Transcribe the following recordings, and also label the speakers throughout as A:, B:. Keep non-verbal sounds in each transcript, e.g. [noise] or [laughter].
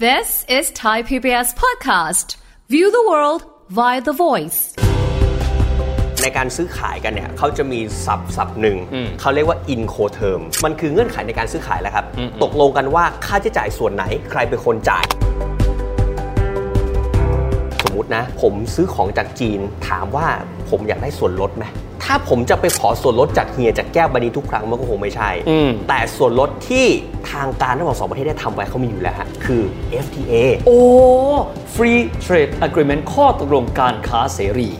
A: This is Thai PBS Podcast. View the world via the voice.
B: ในการซื้อขายกันเนี่ยเขาจะมีศัพท์ศัพท์หนึ่งเขาเรียกว่า in co term มันคือเงื่อนไขในการซื้อขายแหละครับ ตกลงกันว่าค่าใช้จ่ายส่วนไหนใครเป็นคนจ่าย สมมตินะ ผมซื้อของจากจีนถามว่าผมอยากได้ส่วนลดไหมถ้าผมจะไปขอส่วนลดจากเฮียจากแก้วบานีทุกครั้งมันก็คงไม่ใช่ แต่ส่วนลดที่ทางการระหว่างสองประเทศได้ทำไว้เขามีอยู่แล้วฮะคือ FTA
C: โอ้ Free Trade Agreement ข้อตกลงการค้าเสรี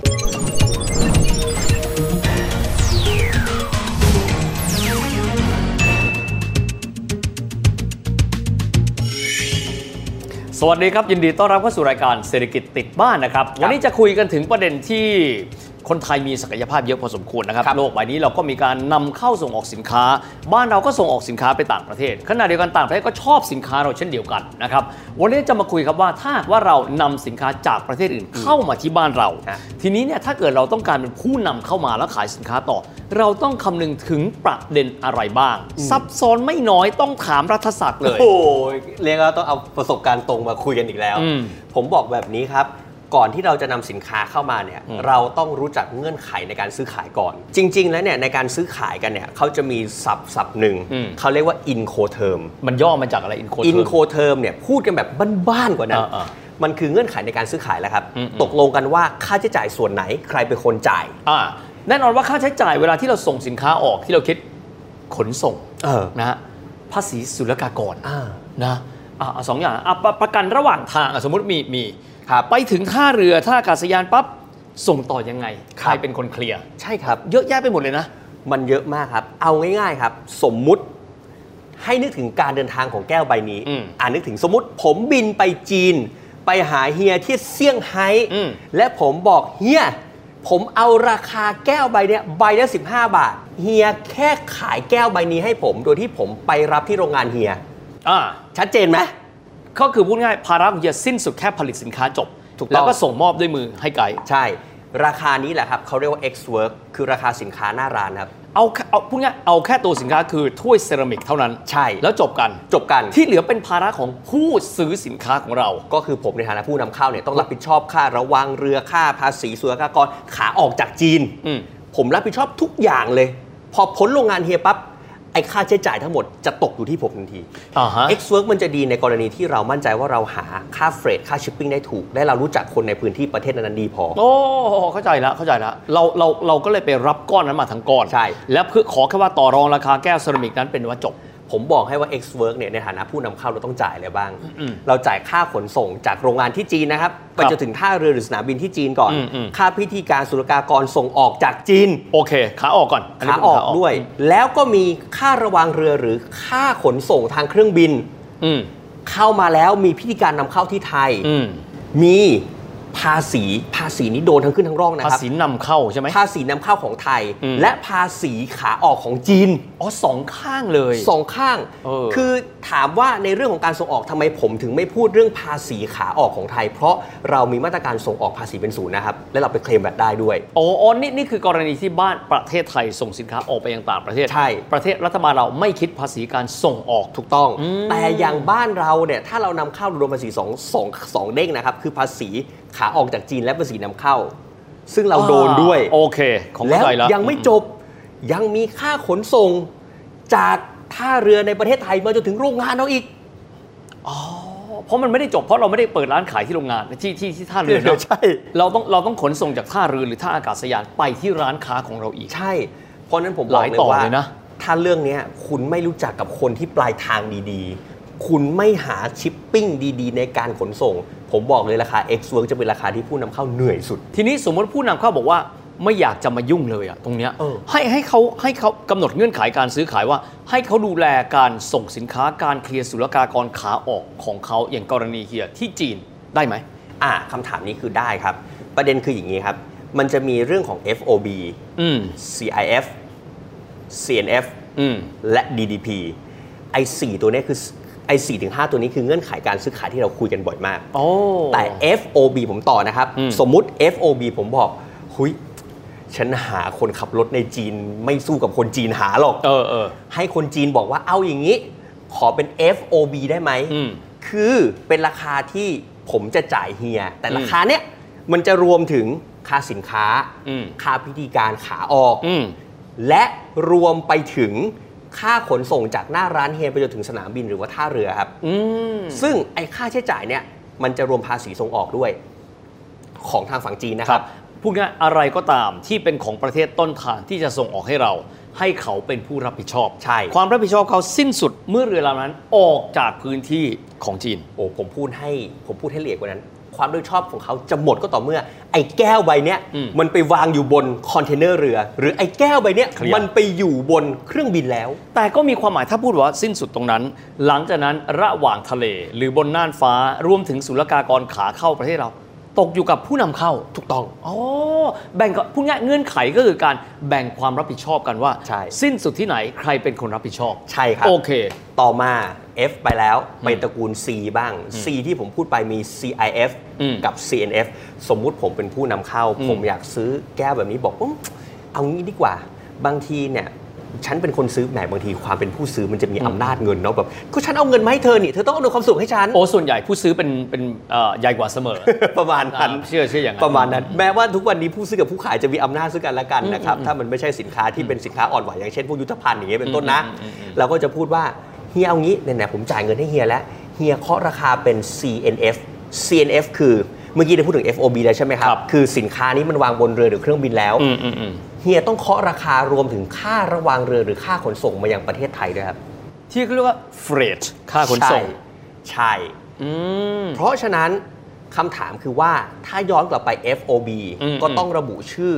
C: สวัสดีครับ ยินดีต้อนรับเข้าสู่รายการเศรษฐกิจติดบ้านนะครับ วันนี้จะคุยกันถึงประเด็นที่คนไทยมีศักยภาพเยอะพอสมควรนะครับ โลกใบนี้เราก็มีการนำเข้าส่งออกสินค้า บ้านเราก็ส่งออกสินค้าไปต่างประเทศขณะเดียวกันต่างประเทศก็ชอบสินค้าเราเช่นเดียวกันนะครับวันนี้จะมาคุยครับว่าถ้าหากว่าเรานำสินค้าจากประเทศอื่นเข้ามาที่บ้านเรา
B: ครับ
C: ทีนี้เนี่ยถ้าเกิดเราต้องการเป็นผู้นำเข้ามาแล้วขายสินค้าต่อ เราต้องคำนึงถึงประเด็นอะไรบ้าง ซับซ้อนไม่น้อยต้องถามรัฐศาสตร์เลย
B: โอ้ยเรียกว่าต้องเอาประสบการณ์ตรงมาคุยกันอีกแล้ว
C: อืม
B: ผมบอกแบบนี้ครับ ก่อนที่เราจะนำสินค้าเข้ามาเนี่ย
C: อืม
B: เราต้องรู้จักเงื่อนไขในการซื้อขายก่อน จริง ๆ แล้วเนี่ยในการซื้อขายกันเนี่ยเขาจะมีศัพท์ศัพท์หนึ่ง
C: อืม
B: เขาเรียกว่า in co term
C: มันย่อมาจากอะไรอินโค
B: in co term เนี่ยพูดกันแบบบ้านๆกว่านั้น
C: อ่า
B: มันคือเงื่อนไขในการซื้อขายแหละครับ
C: อืมๆ
B: ตกลงกันว่าค่าใช้จ่ายส่วนไหนใครเป็นคนจ่าย
C: อ่าแน่นอนว่าค่าใช้จ่ายเวลาที่เราส่งสินค้าออกที่เราคิดขนส่ง
B: เออ
C: นะฮะภาษีศุลกากร
B: อ่า
C: นะอ่ะเอาสองอย่างอ่ะประประกันระหว่างทางอ่ะสมมติมีมี
B: ครับ
C: ไปถึงท่าเรือท่าอากาศยานปั๊บส่งต่อยังไง
B: ค
C: ใค
B: รั
C: ร
B: บ
C: เป็นคนเคลียร์
B: ใช่ครับ
C: เยอะแยะไปหมดเลยนะ
B: มันเยอะมากครับ เอาง่ายๆครับ สมมุติให้นึกถึงการเดินทางของแก้วใบนี้
C: อืม
B: อ่านึกถึงสมมติผมบินไปจีน ไปหาเฮียที่เซี่ยงไฮ้
C: อืม
B: และผมบอกเฮียผมเอาราคาแก้วใบเนี้ยใบละ15 บาท เฮียแค่ขายแก้วใบนี้ให้ผม โดยที่ผมไปรับที่โรงงานเฮีย
C: อ่า
B: ชัดเจนไหม
C: ก็คือพูดง่ายภาระของเฮียสิ้นสุดแค่ผลิตสินค้าจบ
B: ถูกต้อง
C: แล้วก็ส่งมอบด้วยมือให้ไกด์
B: ใช่ ราคานี้แหละครับเขาเรียกว่า X work คือราคาสินค้าหน้าร้านครับ
C: เอาแค่เอาพูดง่ายเอาแค่ตัวสินค้าคือถ้วยเซรามิกเท่านั้น
B: ใช่
C: แล้วจบกัน
B: จบกัน
C: ที่เหลือเป็นภาระของผู้ซื้อสินค้าของเรา
B: ก็คือผมในฐานะผู้นำเข้าเนี่ยต้องรับผิดชอบค่าระวังเรือค่าภาษีสุลกากรขาออกจากจีน
C: อืม
B: ผมรับผิดชอบทุกอย่างเลย พอพ้นโรงงานเฮียปั๊บไอ้ค่าใช้จ่ายทั้งหมดจะตกอยู่ที่ผมทันที
C: อ่าฮะ
B: X Work มันจะดีในกรณีที่เรามั่นใจว่าเราหาค่าเฟรดค่าชิปปิ้งได้ถูก และเรารู้จักคนในพื้นที่ประเทศนั้นๆดีพอ
C: โอ้เข้าใจละเข้าใจละเราเราเราก็เลยไปรับก้อนนั้นมาทั้งก้อน
B: ใช่
C: แล้วเพื่อขอแค่ว่าต่อรองราคาแก้วเซรามิกนั้นเป็นว่าจบ
B: ผมบอกให้ว่า X Work เนี่ยในฐานะผู้นำเข้าเราต้องจ่ายอะไรบ้าง
C: อืม
B: เราจ่ายค่าขนส่งจากโรงงานที่จีนนะครับ ไป
C: ครับ
B: จนถึงท่าเรือหรือสนามบินที่จีนก่อน
C: อืมอืม
B: ค่าพิธีการศุลกากรส่งออกจากจีน
C: โอเค ขาออกก่อนน
B: ขา
C: นี้เป็น
B: ออกด้วย แล้วก็มีค่าระวังเรือหรือค่าขนส่งทางเครื่องบิน
C: อืม
B: เข้ามาแล้วมีพิธีการนำเข้าที่ไทย
C: อืม
B: มีภาษีภาษีนี้โดนทั้งขึ้นทั้งร่องนะ
C: ภา
B: ครับ
C: ษีนำเข้าใช่ไหม
B: ภาษีนำเข้าของไทย
C: อืม
B: และภาษีขาออกของจีน
C: อ๋อสองข้างเลย
B: สองข้าง
C: เออ
B: คือถามว่าในเรื่องของการส่งออกทำไมผมถึงไม่พูดเรื่องภาษีขาออกของไทย เพราะเรามีมาตรการส่งออกภาษีเป็นศูนย์นะครับ และเราไปเคลมแบบได้ด้วย
C: โอ้อ๋อนี่นี่คือกรณีที่บ้านประเทศไทยส่งสินค้าออกไปยังต่างประเทศ
B: ใช่
C: ประเทศรัฐบาลเราไม่คิดภาษีการส่งออก
B: ถูกต้อง แต่อย่างบ้านเราเนี่ยถ้าเรานำเข้ารวมภาษีสองสองสองเด้งนะครับ คือภาษีขาออกจากจีนและภาษีนำเข้า ซึ่งเราโดนด้วย
C: อ่าโอเค ของ
B: แล้ว
C: เข้าใจแล้ว
B: ยังไม่จบยังมีค่าขนส่งจากท่าเรือในประเทศไทยมาจนถึงโรงงานเราอีก
C: เพราะมันไม่ได้จบเพราะเราไม่ได้เปิดร้านขายที่โรงงานที่ที่ที่ท่าเรือเนอะ
B: ใช่
C: เราต้องเราต้องขนส่งจากท่าเรือหรือท่าอากาศยานไปที่ร้านค้าของเราอีก
B: ใช่ เพราะฉะนั้นผมบ
C: ห
B: อก
C: ลาย
B: เลย
C: ต่อ
B: ว่า
C: เลยนะ
B: ถ้าเรื่องเนี้ยคุณไม่รู้จักกับคนที่ปลายทางดีๆ คุณไม่หาชิปปิ้งดีๆ ในการขนส่ง ผมบอกเลยราคา X Work จะเป็นราคาที่ผู้นำเข้าเหนื่อยสุด
C: ทีนี้สมมติผู้นำเข้าบอกว่าไม่อยากจะมายุ่งเลยอะตรงเนี้ย
B: เออ
C: ให้ให้เขาให้เขากำหนดเงื่อนไขการซื้อขายว่า ให้เขาดูแลการส่งสินค้าการเคลียร์ศุลกากรขาออกของเขาอย่างกรณีเฮียที่จีนได้ไหม
B: อ่าคำถามนี้คือได้ครับ ประเด็นคืออย่างนี้ครับ มันจะมีเรื่องของ FOB
C: อืม
B: CIF CNF
C: อืม
B: และ DDP ไอ้สี่ตัวเนี้ยคือไอ้สี่ถึงห้าตัวนี้คือเงื่อนไขการซื้อขายที่เราคุยกันบ่อยมาก
C: โอ้
B: แต่ FOB ผมต่อนะครับ
C: อืม
B: สมมุติ FOB ผมบอก หุยฉันหาคนขับรถในจีนไม่สู้กับคนจีนหาหรอก
C: เออเออ
B: ให้คนจีนบอกว่าเอาอย่างนี้ ขอเป็น FOB ได้ไหม
C: อืม
B: คือเป็นราคาที่ผมจะจ่ายเฮีย แต่ราคาเนี้ยมันจะรวมถึงค่าสินค้า
C: อืม
B: ค่าพิธีการขาออก
C: อืม
B: และรวมไปถึงค่าขนส่งจากหน้าร้านเฮียไปจนถึงสนามบินหรือว่าท่าเรือครับ
C: อืม
B: ซึ่งไอ้ค่าใช้จ่ายเนี่ยมันจะรวมภาษีส่งออกด้วย ของทางฝั่งจีนนะ
C: ค
B: ค
C: รั
B: รั
C: บบ พูดง่ายอะไรก็ตามที่เป็นของประเทศต้นทางที่จะส่งออกให้เรา ให้เขาเป็นผู้รับผิดชอบ
B: ใช่
C: ความรับผิดชอบเขาสิ้นสุดเมื่อเรือลำนั้นออกจากพื้นที่ของจีน
B: โอ้ผมพูดให้ผมพูดให้ละเอียดกว่านั้น ความรับผิดชอบของเขาจะหมดก็ต่อเมื่อ ไอ้แก้วใบเนี้ย
C: อืม
B: มันไปวางอยู่บนคอนเทนเนอร์เรือ หรือไอ้แก้วใบเนี้ย
C: เคลียร์
B: มันไปอยู่บนเครื่องบินแล้ว
C: แต่ก็มีความหมายถ้าพูดว่าสิ้นสุดตรงนั้น หลังจากนั้นระหว่างทะเลหรือบนน่านฟ้ารวมถึงศุลกากรขาเข้าประเทศเรา ตกอยู่กับผู้นำเข้า
B: ถูกต้อง
C: อ๋อแบ่งกับพูดง่ายเงื่อนไขก็คือการแบ่งความรับผิดชอบกันว่า
B: ใช่
C: สิ้นสุดที่ไหนใครเป็นคนรับผิดชอบ
B: ใช่ครับ
C: โอเค
B: ต่อมา F ไปแล้วไปตระกูล C บ้าง C ที่ผมพูดไปมี CIF
C: อืม
B: กับ CNF สมมุติผมเป็นผู้นำเข้า
C: อืม
B: ผมอยากซื้อแก้วแบบนี้บอกอืมเอางี้ดีกว่า บางทีเนี่ย ฉันเป็นคนซื้อแหมบางทีความเป็นผู้ซื้อมันจะมีอำนาจเงินเนาะแบบก็ฉันเอาเงินมาให้เธอนี่เธอต้องเอานวยความสุขให้ฉัน
C: โอ้ส่วนใหญ่ผู้ซื้อเป็นเป็นเอ่อใหญ่กว่าเสม
B: [laughs]
C: อ
B: ประมาณนั้น
C: อ่าเชื่อเชื่ออย่างนั้น
B: ประมาณนั้น แม้ว่าทุกวันนี้ผู้ซื้อกับผู้ขายจะมีอำนาจซึ่งกันและกันนะครับ ถ้ามันไม่ใช่สินค้าที่เป็นสินค้าอ่อนไหวอย่างเช่นพวกยุทธภัณฑ์อย่างเงี้ยเป็นต้นนะ เราก็จะพูดว่าเฮียเอางี้ไหนๆผมจ่ายเงินให้เฮียแล้วเฮียเคาะราคาเป็น CNF CNF คือเมื่อกี้ได้พูดถึง FOB แล้วใช่ไหมครั
C: ครับ บ
B: คือสินค้านี้มันวางบนเรือหรือเครื่องบินแล้ว
C: อืมอืมอืม
B: เฮียต้องเคาะราคารวมถึงค่าระวางเรือหรือค่าขนส่งมายังประเทศไทยด้วยครับ
C: ที่เขาเรียกว่าเฟร t ค่าขนส่ง
B: ใช่ใช่
C: อืม
B: เพราะฉะนั้นคำถามคือว่าถ้าย้อนกลับไป FOB
C: อืม
B: ก็ต้องระบุชื่อ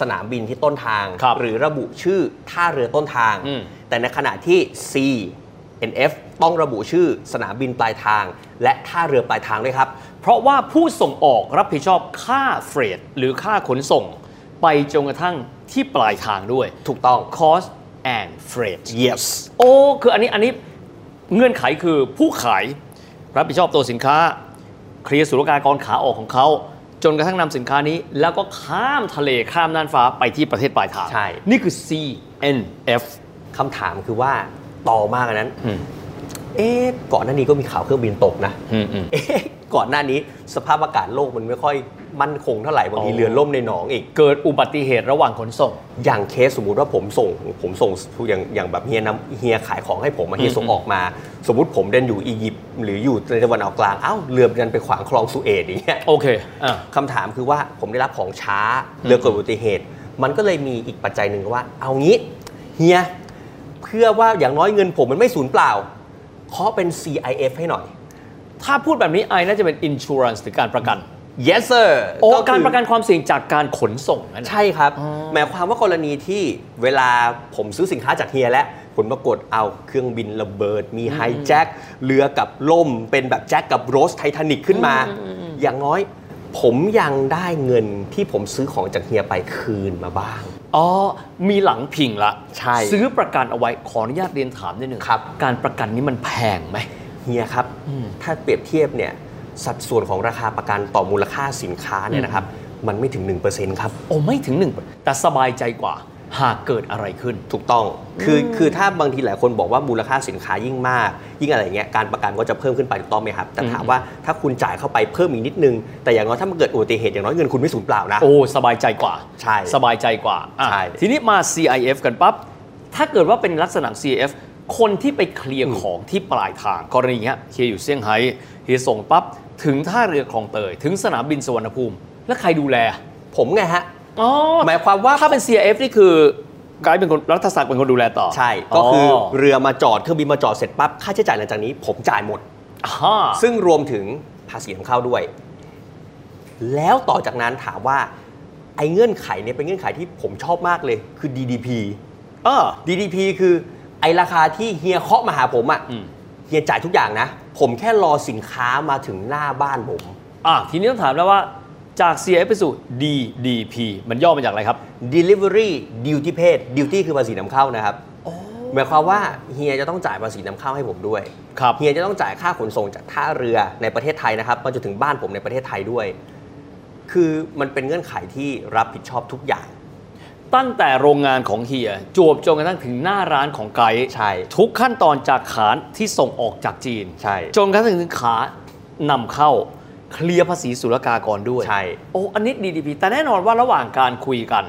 B: สนามบินที่ต้นทาง
C: ครับ
B: หรือระบุชื่อท่าเรือต้นทาง
C: อืม
B: แต่ในขณะที่ C NF ต้องระบุชื่อสนามบินปลายทาง และท่าเรือปลายทางด้วยครับ
C: เพราะว่าผู้ส่งออกรับผิดชอบค่าเฟร t หรือค่าขนส่ง ไปจนกระทั่งที่ปลายทางด้วย
B: ถูกต้อง
C: cost and freight
B: yes
C: โอ้คืออันนี้อันนี้เงื่อนไขคือผู้ขายรับผิดชอบตัวสินค้า เคลียร์ศุลกากรขาออกของเขา จนกระทั่งนำสินค้านี้ แล้วก็ข้ามทะเลข้ามน่านฟ้าไปที่ประเทศปลายทาง
B: ใช่
C: นี่คือ CNF
B: คำถามคือว่าต่อมากนนั้น
C: อืม
B: เอ๊ะก่อนหน้านี้ก็มีข่าวเครื่องบินตกนะ [laughs]
C: อืมอืม
B: เอ๊ะก่อนหน้านี้สภาพอากาศโลกมันไม่ค่อยมั่นคงเท่าไหร่บางที
C: อ๋อ
B: เรือล่มในหนองอีก
C: เกิดอุบัติเหตุระหว่างขนส่ง
B: อย่างเคสสมมุติว่าผมส่งผมส่งอย่างอย่างแบบเฮียนำเฮียขายของให้ผมมาเฮียส่งออกมา สมมุติผมเดินอยู่อียิปต์หรืออยู่ในตะวันออกกลางเอ้าเรือมันไปขวางคลองสุเอตอย่างเงี้ย
C: โอเคอ่ะ
B: คำถามคือว่าผมได้รับของช้าเรือเกิดอุบัติเหตุ มันก็เลยมีอีกปัจจัยหนึ่งว่า เอางี้เฮียเพื่อว่าอย่างน้อยเงินผมมันไม่สูญเปล่าขอเป็น CIF ให้หน่อย
C: ถ้าพูดแบบนี้ไอน่าจะเป็น insurance หรือการประกัน
B: yes sir
C: โอ้
B: คือ
C: การประกันความเสี่ยงจากการขนส่งนั่นน่ะ
B: ใช่ครับ หมายความว่ากรณีที่เวลาผมซื้อสินค้าจากเฮียแล้วผลปรากฏเอาเครื่องบินระเบิด มีไฮแจ็คเรือกับล่ม เป็นแบบแจ็คกับโรสไททานิกขึ้นมา อย่างน้อย ผมยังได้เงินที่ผมซื้อของจากเฮียไปคืนมาบ้าง
C: อ๋อ มีหลังพิงละ
B: ใช่
C: ซื้อประกันเอาไว้ ขออนุญาตเรียนถามนิดหนึ่ง
B: ครับ
C: การประกันนี้มันแพงไหม
B: เฮียครับ ถ้าเปรียบเทียบเนี่ยสัดส่วนของราคาประกันต่อมูลค่าสินค้าเนี่ยนะครับ มันไม่ถึง 1%ครับ
C: โอ้ ไม่ถึงหนึ่งแต่สบายใจกว่า หากเกิดอะไรขึ้น
B: ถูกต้อง คือ คือถ้าบางทีหลายคนบอกว่ามูลค่าสินค้ายิ่งมาก ยิ่งอะไรเงี้ย การประกันก็จะเพิ่มขึ้นไปถูกต้องไหมครับ แต่ถามว่าถ้าคุณจ่ายเข้าไปเพิ่มอีกนิดนึง แต่อย่างน้อยถ้ามันเกิดอุบัติเหตุอย่างน้อยเงินคุณไม่สูญเปล่านะ
C: โอ้ สบายใจกว่า
B: ใช่
C: สบายใจกว่าอ่ะ
B: ใช่
C: ทีนี้มา CIF กันปั๊บ ถ้าเกิดว่าเป็นลักษณะ CIF คนที่ไปเคลียร์ของที่ปลายทาง กรณีเนี้ยเคลียร์อยู่เซี่ยงไฮ้เฮียส่งปั๊บ ถึงท่าเรือคลองเตย ถึงสนามบินสุวรรณภูมิ แล้วใครดูแล
B: ผมไงฮะ
C: อ๋อ
B: หมายความว่า
C: ถ้าเป็น CIF นี่คือไกด์เป็นคนรัฐศักดิ์เป็นคนดูแลต่อ
B: ใช่ ก็คืออ
C: อ
B: เรือมาจอด เครื่องบินมาจอดเสร็จปั๊บ ค่าใช้จ่ายหลังจากนี้ผมจ่ายหมด
C: อ่าซึ่ง
B: ซึ่งรวมถึงภาษีของเข้าด้วย แล้วต่อจากนั้นถามว่า ไอ้เงื่อนไขเนี่ยเป็นเงื่อนไขที่ผมชอบมากเลย คือ DDP
C: เออ
B: DDP คือไอราคาที่เฮียเคาะมาหาผมอะ่ะ
C: อืม
B: เฮียจ่ายทุกอย่างนะ ผมแค่รอสินค้ามาถึงหน้าบ้านผม
C: อ่ะทีนี้ต้องถามแล้วว่าจาก CIF ไปสู่ DDP มันย่อมาจากอะไรครับ
B: Delivery Duty Paid Duty คือภาษีนำเข้านะครับหมายความว่าเฮียจะต้องจ่ายภาษีนำเข้าให้ผมด้วย
C: ครับ
B: เฮียจะต้องจ่ายค่าขนส่งจากท่าเรือในประเทศไทยนะครับมาจนถึงบ้านผมในประเทศไทยด้วย คือมันเป็นเงื่อนไขที่รับผิดชอบทุกอย่าง
C: ตั้งแต่โรงงานของเฮียจวบจนกระทั่งถึงหน้าร้านของไกด์
B: ใช่
C: ทุกขั้นตอนจากขานที่ส่งออกจากจีน
B: ใช่
C: จนกระทั่งถึงขานำเข้าเคลียร์ภาษีศุลกากรด้วย
B: ใช่
C: โอ้อันนี้ดีดีแต่แน่นอนว่าระหว่างการคุยกัน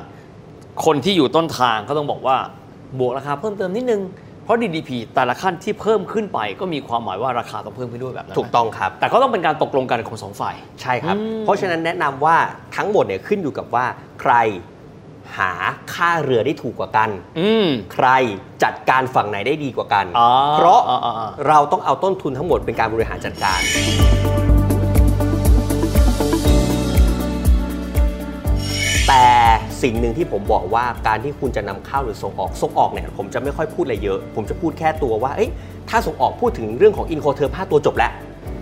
C: คนที่อยู่ต้นทางก็ต้องบอกว่าบวกราคาเพิ่มเติมนิดนึง เพราะ DDP แต่ละขั้นที่เพิ่มขึ้นไป ก็มีความหมายว่าราคาต้องเพิ่มขึ้นด้วยแบบนั้นไหม
B: ถูกต้องครับ
C: แต่ก็ต้องเป็นการตกลงกันของสองฝ่าย
B: ใช่ครับ
C: อืม
B: เพราะฉะนั้นแนะนำว่าทั้งหมดเนี่ยขึ้นอยู่กับว่า ใครหาค่าเรือได้ถูกกว่ากัน ใครจัดการฝั่งไหนได้ดีกว่ากัน
C: อ๋อ
B: เพราะ
C: อ๋ออ๋ออ๋อ
B: เราต้องเอาต้นทุนทั้งหมดเป็นการบริหารจัดการ แต่สิ่งหนึ่งที่ผมบอกว่าการที่คุณจะนำเข้าหรือส่งออกส่งออกเนี่ยผมจะไม่ค่อยพูดอะไรเยอะ ผมจะพูดแค่ตัวว่าเอ้ยถ้าส่งออกพูดถึงเรื่องของอินโคเทอร์าตัวจบแล้ว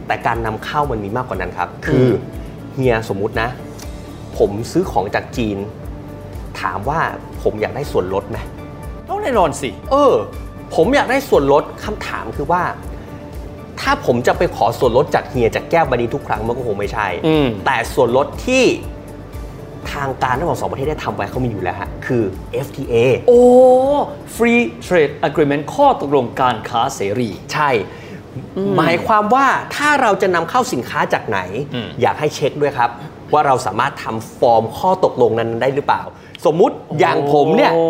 B: แต่การนำเข้ามันมีมากกว่านั้นครับ คืออเฮียสมมุตินะ ผมซื้อของจากจีน ถามว่าผมอยากได้ส่วนลดไหม
C: ต้องแน่นอนสิ
B: เออ ผมอยากได้ส่วนลดคำถามคือว่า ถ้าผมจะไปขอส่วนลดจากเฮียจากแก้วบันนี้ทุกครั้งมันก็คงไม่ใช่
C: อืม
B: แต่ส่วนลดที่ทางการระหว่างสองประเทศได้ทำไว้เขามีอยู่แล้วฮะ คือ FTA
C: โอ้ Free Trade Agreement ข้อตกลงการค้าเสรี
B: ใช่ หมายความว่าถ้าเราจะนำเข้าสินค้าจากไหน
C: อืม
B: อยากให้เช็คด้วยครับ ว่าเราสามารถทำฟอร์มข้อตกลงนั้นได้หรือเปล่า สมมุติอย่างผมเนี่ย
C: โอ้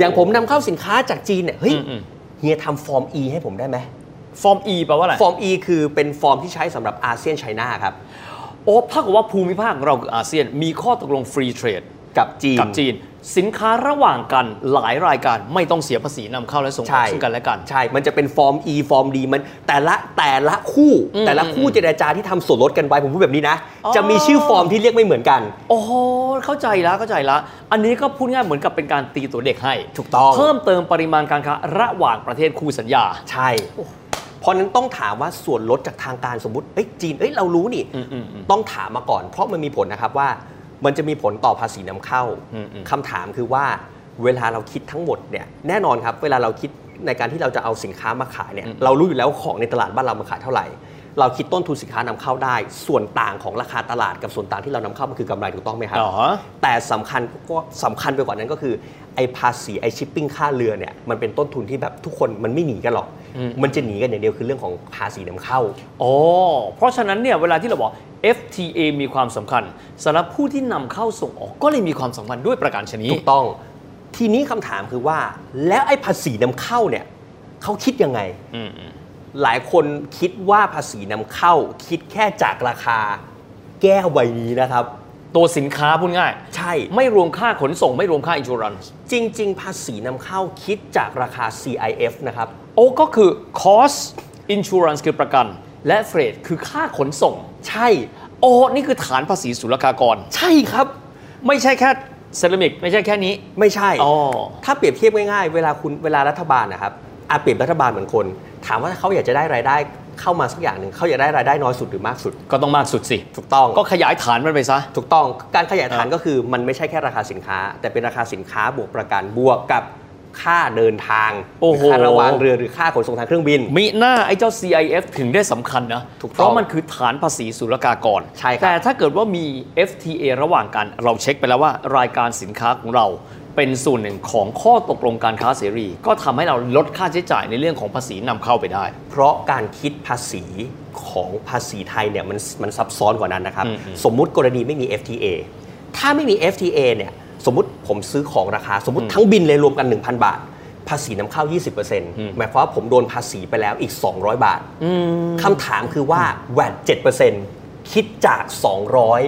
B: อย่างผมนำเข้าสินค้าจากจีนเนี่ยเฮ้ย
C: อืมอืม
B: เฮียทำฟอร์ม E ให้ผมได้ไหม
C: ฟอร์ม E แปลว่าอะไร
B: ฟอร์ม E คือเป็นฟอร์มที่ใช้สำหรับอาเซียนไชน่าครับ
C: โอ้เท่ากับว่าภูมิภาคของเราคืออาเซียน มีข้อตกลง Free Trade
B: กับจีน
C: กับจีน สินค้าระหว่างกันหลายรายการไม่ต้องเสียภาษีนำเข้าและส่งอ
B: ใช่
C: อกซึ่งกันและกัน
B: ใช่ มันจะเป็นฟอร์ม E ฟอร์ม D มันแต่ละแต่ละคู่
C: อืม
B: แต่ละคู่เจรจาที่ทำส่วนลดกันไว้ ผมพูดแบบนี้นะ
C: อ๋อ
B: จะมีชื่อฟอร์มที่เรียกไม่เหมือนกัน
C: โอ้โหเข้าใจแล้วเข้าใจแล้ว อันนี้ก็พูดง่ายเหมือนกับเป็นการตีตัวเด็กให้
B: ถูกต้อง
C: เพิ่มเติมปริมาณการค้าระหว่างประเทศคู่สัญญา
B: ใช่ เพราะฉะนั้นต้องถามว่าส่วนลดจากทางการสมมติเอ้ยจีนเอ้ยเรารู้นี่
C: อืมอืมอืม
B: ต้องถามมาก่อน เพราะมันมีผลนะครับว่า มันจะมีผลต่อภาษีนำเข้า
C: อืมอืม
B: คำถามคือว่าเวลาเราคิดทั้งหมดเนี่ยแน่นอนครับ เวลาเราคิดในการที่เราจะเอาสินค้ามาขายเนี่ยเรารู้อยู่แล้วของในตลาดบ้านเรามาขายเท่าไหร่ เราคิดต้นทุนสินค้านำเข้าได้ ส่วนต่างของราคาตลาดกับส่วนต่างที่เรานำเข้ามันคือกำไรถูกต้องไหมครับ
C: อ๋อ
B: แต่สำคัญก็สำคัญไปกว่านั้นก็คือ ไอ้ภาษีไอ้ชิปปิ้งค่าเรือเนี่ยมันเป็นต้นทุนที่แบบทุกคนมันไม่หนีกันหรอก
C: อืม
B: มันจะหนีกันอย่างเดียวคือเรื่องของภาษีนำเข้า
C: อ๋อ เพราะฉะนั้นเนี่ยเวลาที่เราบอก FTA มีความสำคัญสำหรับผู้ที่นำเข้าส่งออกก็เลยมีความสำคัญด้วยประการชนิด
B: ถูกต้อง ทีนี้คำถามคือว่า แล้วไอ้ภาษีนำเข้าเนี่ยเขาคิดยังไง
C: อืม
B: หลายคนคิดว่าภาษีนำเข้า คิดแค่จากราคาแก้วใบนี้นะครับ
C: ตัวสินค้าพูดง่าย
B: ใช่
C: ไม่รวมค่าขนส่งไม่รวมค่าอินชูรันส์
B: จริง ๆ ภาษีนำเข้าคิดจากราคา CIF นะครับ
C: โอ้ก็คือ cost insurance คือประกัน และเฟรดคือค่าขนส่ง
B: ใช่
C: โอ้นี่คือฐานภาษีศุลกากร
B: ใช่ครับ
C: ไม่ใช่แค่เซรามิกไม่ใช่แค่นี้
B: ไม่ใช่
C: อ๋อ
B: ถ้าเปรียบเทียบง่ายๆ เวลาคุณเวลารัฐบาลนะครับอาเปรียบรัฐบาลเหมือนคน ถามว่าถ้าเขาอยากจะได้รายได้เข้ามาสักอย่างหนึ่งเขาอยากได้รายได้น้อยสุดหรือมากสุด
C: ก็ต้องมากสุดสิ
B: ถูกต้อง
C: ก็ขยายฐานมันไปซะ
B: ถูกต้องการขยายฐานก็คือมันไม่ใช่แค่ราคาสินค้า แต่เป็นราคาสินค้าบวกประกันบวกกับค่าเดินทาง
C: โอ้โห
B: ค่าระวางเรือหรือค่าขนส่งทางเครื่องบิน
C: มิหน้าไอ้เจ้า CIF ถึงได้สำคัญนะ
B: ถูกต้อง
C: เพราะมันคือฐานภาษีศุลกากร
B: ใช่ครับ
C: แต่ถ้าเกิดว่ามี FTA ระหว่างกัน เราเช็คไปแล้วว่ารายการสินค้าของเรา เป็นส่วนหนึ่งของข้อตกลงการค้าเสรี ก็ทำให้เราลดค่าใช้จ่ายในเรื่องของภาษีนำเข้าไปได้
B: เพราะการคิดภาษีของภาษีไทยเนี่ยมันมันซับซ้อนกว่านั้นนะครับ สมมุติกรณีไม่มี FTA ถ้าไม่มี FTA เนี่ยสมมติผมซื้อของราคา สมมติทั้งบินเลยรวมกัน 1,000 บาท ภาษีนำเข้า 20%หมายความว่าผมโดนภาษีไปแล้วอีก 200 บาทคำถามคือว่า VAT 7%คิดจาก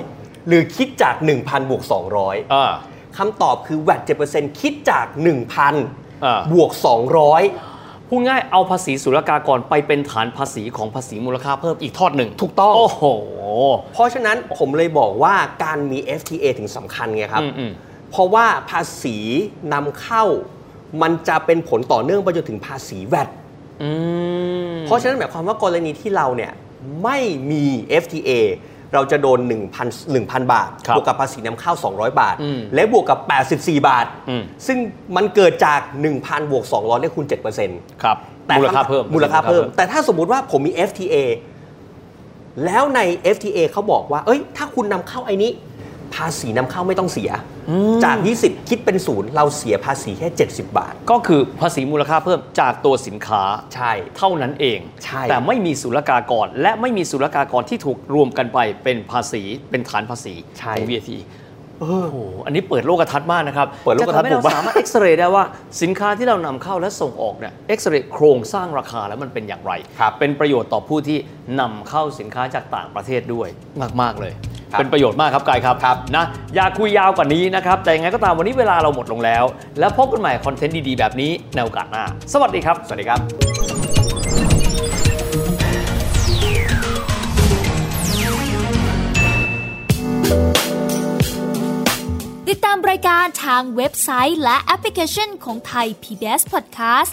B: 200 หรือคิดจาก 1,000บวก200
C: อ่า
B: คำตอบคือ VAT 7%คิดจาก
C: อ่า
B: 1,000 บวก 200
C: พูดง่ายเอาภาษีศุลกากรไปเป็นฐานภาษีของภาษีมูลค่าเพิ่มอีกทอดหนึ่ง
B: ถูกต้อง
C: โอ้โห
B: เพราะฉะนั้นผมเลยบอกว่าการมี FTA ถึงสำคัญไงครับ
C: อืมอืม
B: เพราะว่าภาษีนำเข้า มันจะเป็นผลต่อเนื่องไปจนถึงภาษีแวด
C: อืม
B: เพราะฉะนั้นหมายความว่ากรณีที่เราเนี่ยไม่มี FTA เราจะโดน 1,000 1,000 บาท
C: ครับ
B: บวกกับภาษีนำเข้า 200 บาท
C: อืม
B: และบวกกับ 84 บาท
C: อืม
B: ซึ่งมันเกิดจาก 1,000 บวก 200ได้คูณ7%
C: ครับ
B: แต่
C: มูลค่าเพิ่ม
B: มูลค่าเพิ่ม แต่ถ้าสมมุติว่าผมมี FTA แล้วใน FTA เขาบอกว่า เอ้ย ถ้าคุณนำเข้าไอ้นี้ ภ าษีนำเข้าไม่ต้องเสีย จาก 20 คิดเป็นศูนย์เราเสียภาษีแค่ 70 บาท
C: ก็คือภาษีมูลค่าเพิ่มจากตัวสินค้า
B: ใช่
C: เท่านั้นเอง
B: ใช่
C: แต่ไม่มีศุลกากร และไม่มีศุลกากรที่ถูกรวมกันไปเป็นภาษีเป็นฐานภาษีของ VAT โอ้โหอันนี้เปิดโลกทัศน์มากนะครับ
B: เปิดโลกทัศน์
C: จะทำให้เรา
B: ผมว่า
C: สามารถเอ็กซเรย์ได้ว่าสินค้าที่เรานำเข้าและส่งออกเนี่ยเอ็กซเรย์โครงสร้างราคาแล้วมันเป็นอย่างไร
B: ครับ
C: เป็นประโยชน์ต่อผู้ที่นำเข้าสินค้าจากต่างประเทศด้วยมาก ๆ เลย
B: ครับ
C: เป็นประโยชน์มากครับกายครับ
B: ครับ
C: นะอยากคุยยาวกว่านี้นะครับ แต่ยังไงก็ตามวันนี้เวลาเราหมดลงแล้ว แล้วพบกันใหม่คอนเทนต์ดีๆแบบนี้ในโอกาสหน้าสวัสดีครับ
B: สวัสดีครับ
D: ติดตามรายการทางเว็บไซต์และแอปพลิเคชันของไทย PBS Podcast